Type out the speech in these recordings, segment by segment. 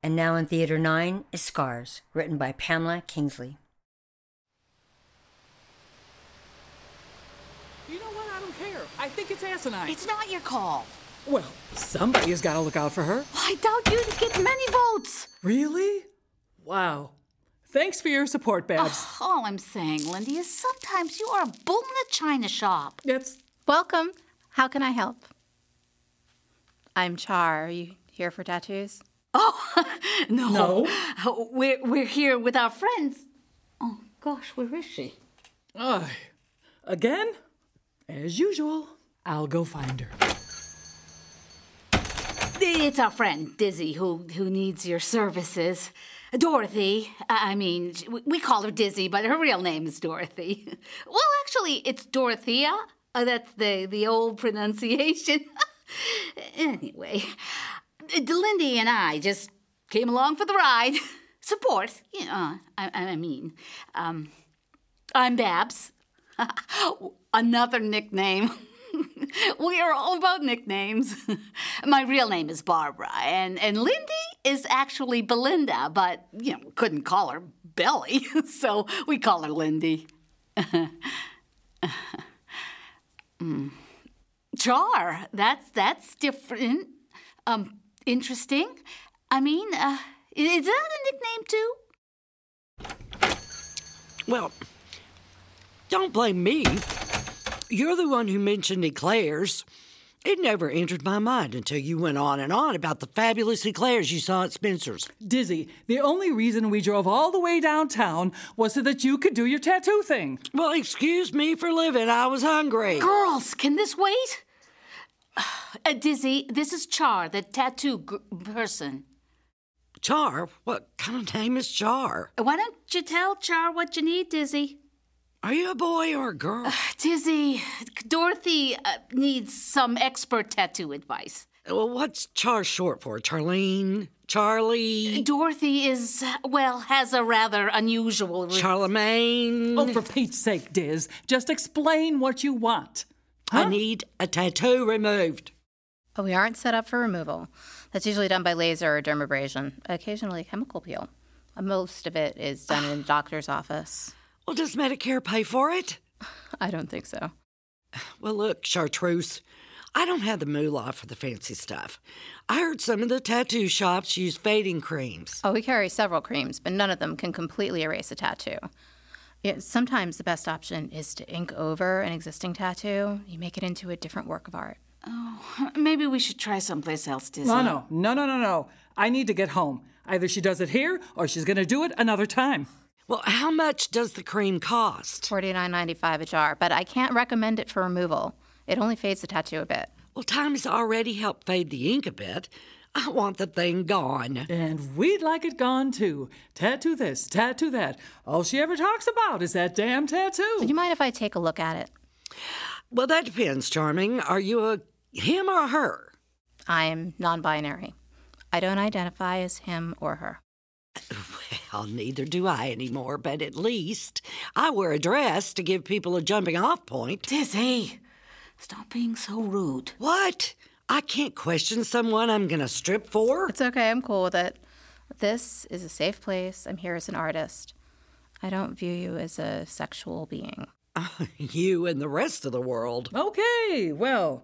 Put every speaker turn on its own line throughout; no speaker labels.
And now in Theater 9 is Scars, written by Pamela Kingsley.
You know what? I don't care. I think it's asinine.
It's not your call.
Well, somebody has got to look out for her.
I doubt you'd get many votes.
Really? Wow. Thanks for your support, Babs.
All I'm saying, Lindy, is sometimes you are a bull in a china shop.
That's
Welcome. How can I help? I'm Char. Are you here for tattoos?
No.
No.
Oh, We're, we're here with our friends. Oh, gosh, where is she?
Ugh. again, as usual. I'll go find her.
It's our friend, Dizzy, who, who needs your services. Dorothy. I I mean, sh- we- we call her Dizzy, but her real name is Dorothy. Well, actually, it's Dorothea. Uh, that's the, the old pronunciation. anyway, D- Lindy and I just came along for the ride. Support, you know, I, I mean. Um, I'm Babs. Another nickname. we are all about nicknames. My real name is Barbara, and, and Lindy is actually Belinda, but you know, couldn't call her Belly, so we call her Lindy. Mm. Char, that's that's different. Um, interesting. I mean, uh, i- is that a nickname too?
Well, don't blame me. You're the one who mentioned eclairs. It never entered my mind until you went on and on about the fabulous eclairs you saw at Spencer's.
Dizzy, the only reason we drove all the way downtown was so that you could do your tattoo thing.
Well, excuse me for living. I was hungry.
Girls, can this wait? Uh, Dizzy, this is Char, the tattoo g- person.
Char? What kind of name is Char?
Why don't you tell Char what you need, Dizzy?
Are you a boy or a girl?
Dizzy, Dorothy uh, needs some expert tattoo advice.
well, what's Char short for? Charlene? Charlie?
Dorothy is, well, has a rather unusual. Re-
Charlemagne?
Oh, for Pete's sake, Diz, just explain what you want.
I need a tattoo removed.
Oh, we aren't set up for removal. That's usually done by laser or dermabrasion, occasionally chemical peel. Uh, Most of it is done in the doctor's office.
Well, does Medicare pay for it?
I don't think so.
Well, look, Chartreuse, I don't have the moolah for the fancy stuff. I heard some of the tattoo shops use fading creams.
Oh, we carry several creams, but none of them can completely erase a tattoo. Yeah, sometimes the best option is to ink over an existing tattoo. You make it into a different work of art.
Maybe we should try someplace else, Dizzy.
No, no, no, no, no, no. I need to get home. Either she does it here or she's going to do it another time.
Well, how much does the cream cost?
Forty nine ninety five a jar, but I can't recommend it for removal. It only fades the tattoo a bit.
Well, Tommy's already helped fade the ink a bit. I want the thing gone.
And we'd like it gone too. Tattoo this, tattoo that. All she ever talks about is that damn
Would
tattoo.
you mind if I take a look at it?
Well, that depends, Charming. Are you a him or a her?
I'm non binary. I don't identify as him or her.
Well, neither do I anymore, but at least I wear a dress to give people a jumping off point.
Dizzy, stop being so rude.
What? I can't question someone I'm going to strip for?
It's okay, I'm cool with it. This is a safe place. I'm here as an artist. I don't view you as a sexual being.
you and the rest of the world.
Okay, well,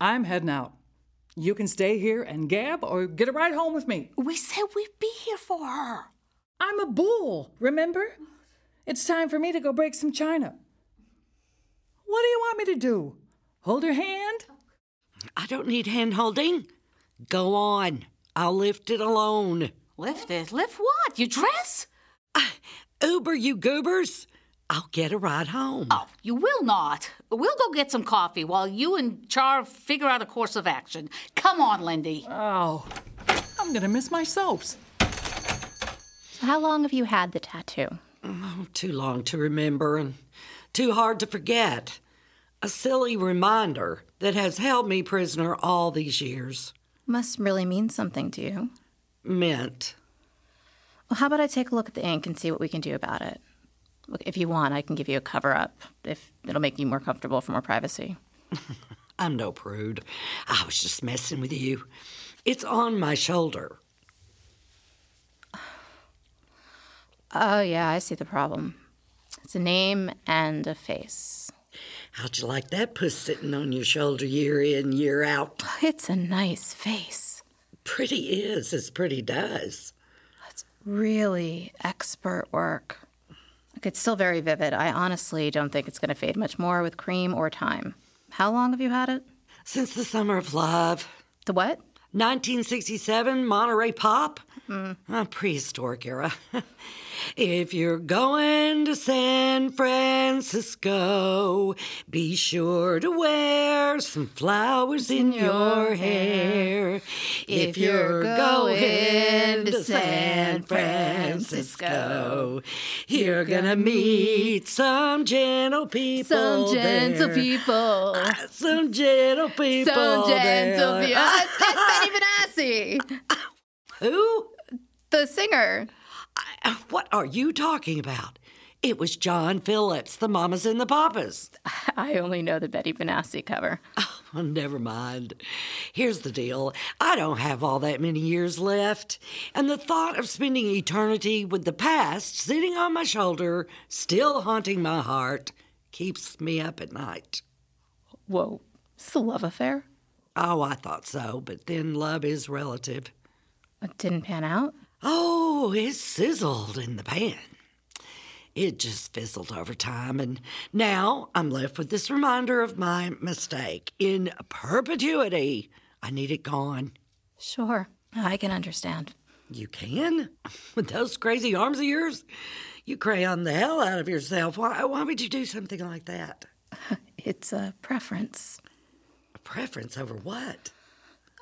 I'm heading out. You can stay here and gab or get a ride home with me.
We said we'd be here for her.
I'm a bull, remember? It's time for me to go break some china. What do you want me to do? Hold her hand?
I don't need hand holding. Go on. I'll lift it alone.
Lift it. Lift what? Your dress?
Uber, you goobers. I'll get a ride home.
Oh, you will not. We'll go get some coffee while you and Char figure out a course of action. Come on, Lindy.
Oh, I'm gonna miss my soaps.
So how long have you had the tattoo?
Too long to remember and too hard to forget. A silly reminder that has held me prisoner all these years.
Must really mean something to you.
Meant.
Well, how about I take a look at the ink and see what we can do about it? Look, if you want, I can give you a cover up if it'll make you more comfortable for more privacy.
I'm no prude. I was just messing with you. It's on my shoulder.
Oh, yeah, I see the problem. It's a name and a face.
How'd you like that puss sitting on your shoulder year in, year out?
It's a nice face.
Pretty is as pretty does.
That's really expert work. Look, it's still very vivid. I honestly don't think it's going to fade much more with cream or time. How long have you had it?
Since the summer of love,
The what?
1967 Monterey Pop, a prehistoric era. if you're going to San Francisco, be sure to wear some flowers in your hair. If you're going to San Francisco, you're gonna meet some gentle people.
Some gentle
there.
people.
Some gentle people.
Some gentle
there.
people. That's that's Benny Benassi,
Who?
the singer.
I- What are you talking about? It was John Phillips, the Mamas and the Papas.
I only know the Betty Benassi cover.
Oh, never mind. Here's the deal I don't have all that many years left, and the thought of spending eternity with the past sitting on my shoulder, still haunting my heart, keeps me up at night.
Whoa, it's a love affair.
Oh, I thought so, but then love is relative.
It didn't pan out.
Oh, it sizzled in the pan. It just fizzled over time, and now I'm left with this reminder of my mistake. In perpetuity, I need it gone.
Sure, I can understand.
You can? With those crazy arms of yours? You crayon the hell out of yourself. Why, why would you do something like that?
It's a preference
A preference over what?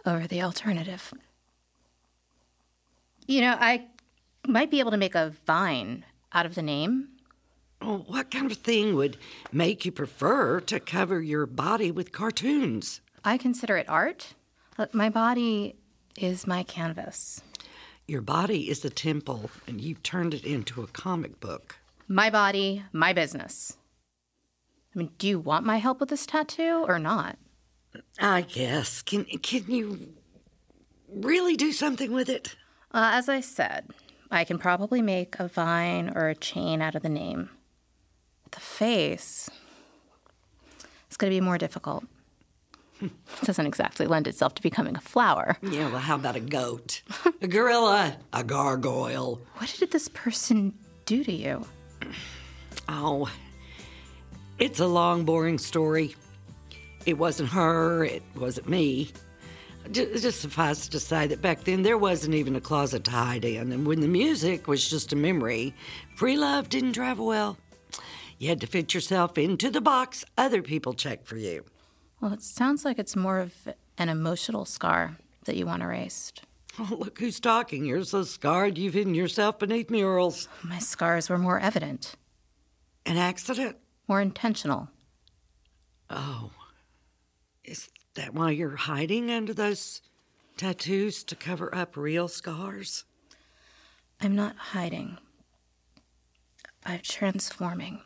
over the alternative. You know, I might be able to make a vine out of the name.
Oh, what kind of thing would make you prefer to cover your body with cartoons?
I consider it art. Look, my body is my canvas.
Your body is a temple, and you've turned it into a comic book.
My body, my business. I mean, do you want my help with this tattoo or not?
I guess. Can can you really do something with it?
Uh, as I said, I can probably make a vine or a chain out of the name. But the face is going to be more difficult. it doesn't exactly lend itself to becoming a flower.
Yeah, well, how about a goat, a gorilla, a gargoyle?
What did this person do to you?
Oh, it's a long, boring story. It wasn't her. It wasn't me. Ju- Just suffice to say that back then there wasn't even a closet to hide in, and when the music was just a memory, free love didn't travel well. You had to fit yourself into the box other people checked for you.
Well, it sounds like it's more of an emotional scar that you want erased.
Oh, look who's talking. You're so scarred you've hidden yourself beneath murals.
My scars were more evident,
An accident?
more intentional.
Oh. Is that why you're hiding under those tattoos to cover up real scars?
I'm not hiding. I'm transforming,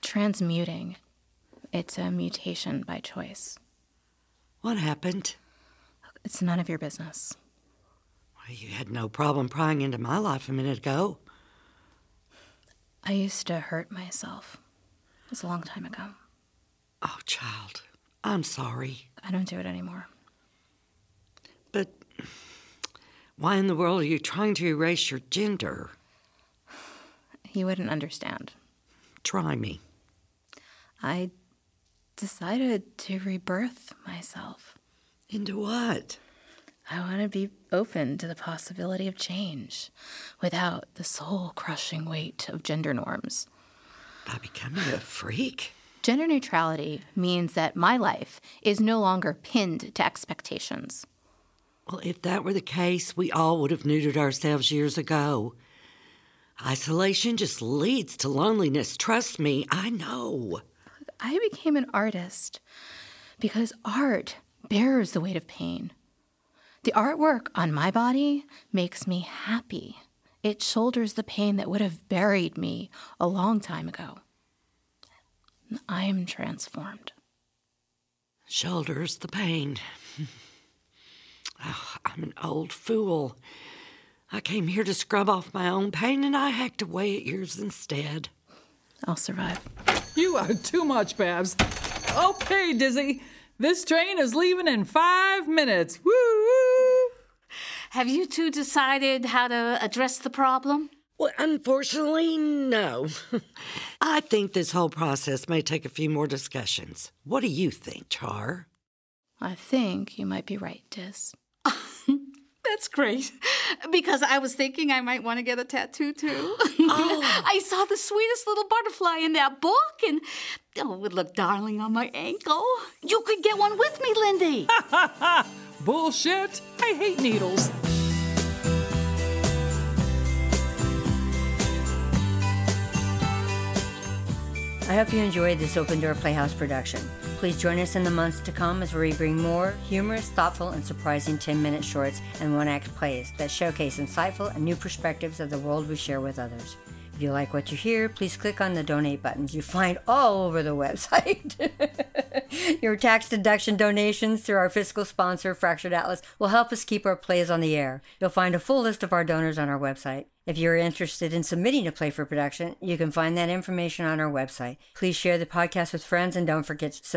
transmuting. It's a mutation by choice.
What happened?
It's none of your business.
Well, you had no problem prying into my life a minute ago.
I used to hurt myself. It was a long time ago.
Oh, child, I'm sorry.
I don't do it anymore.
But why in the world are you trying to erase your gender?
You wouldn't understand.
Try me.
I decided to rebirth myself.
Into what?
I want to be open to the possibility of change without the soul crushing weight of gender norms.
By becoming a freak?
Gender neutrality means that my life is no longer pinned to expectations.
Well, if that were the case, we all would have neutered ourselves years ago. Isolation just leads to loneliness. Trust me, I know.
I became an artist because art bears the weight of pain. The artwork on my body makes me happy. It shoulders the pain that would have buried me a long time ago. I am transformed.
Shoulders the pain. Ah, I'm an old fool. I came here to scrub off my own pain and I hacked away at yours instead.
I'll survive.
You are too much, Babs. Okay, Dizzy. This train is leaving in five minutes. Woo woo!
Have you two decided how to address the problem?
Well, unfortunately, no. I think this whole process may take a few more discussions. What do you think, Char?
I think you might be right, Diz.
That's great. Because I was thinking I might want to get a tattoo too. I saw the sweetest little butterfly in that book and oh, it would look darling on my ankle. You could get one with me, Lindy.
Bullshit! I hate needles.
I hope you enjoyed this Open Door Playhouse production. Please join us in the months to come as we bring more humorous, thoughtful, and surprising 10 minute shorts and one act plays that showcase insightful and new perspectives of the world we share with others. If you like what you hear, please click on the donate buttons you find all over the website. Your tax deduction donations through our fiscal sponsor, Fractured Atlas, will help us keep our plays on the air. You'll find a full list of our donors on our website. If you're interested in submitting a play for production, you can find that information on our website. Please share the podcast with friends and don't forget to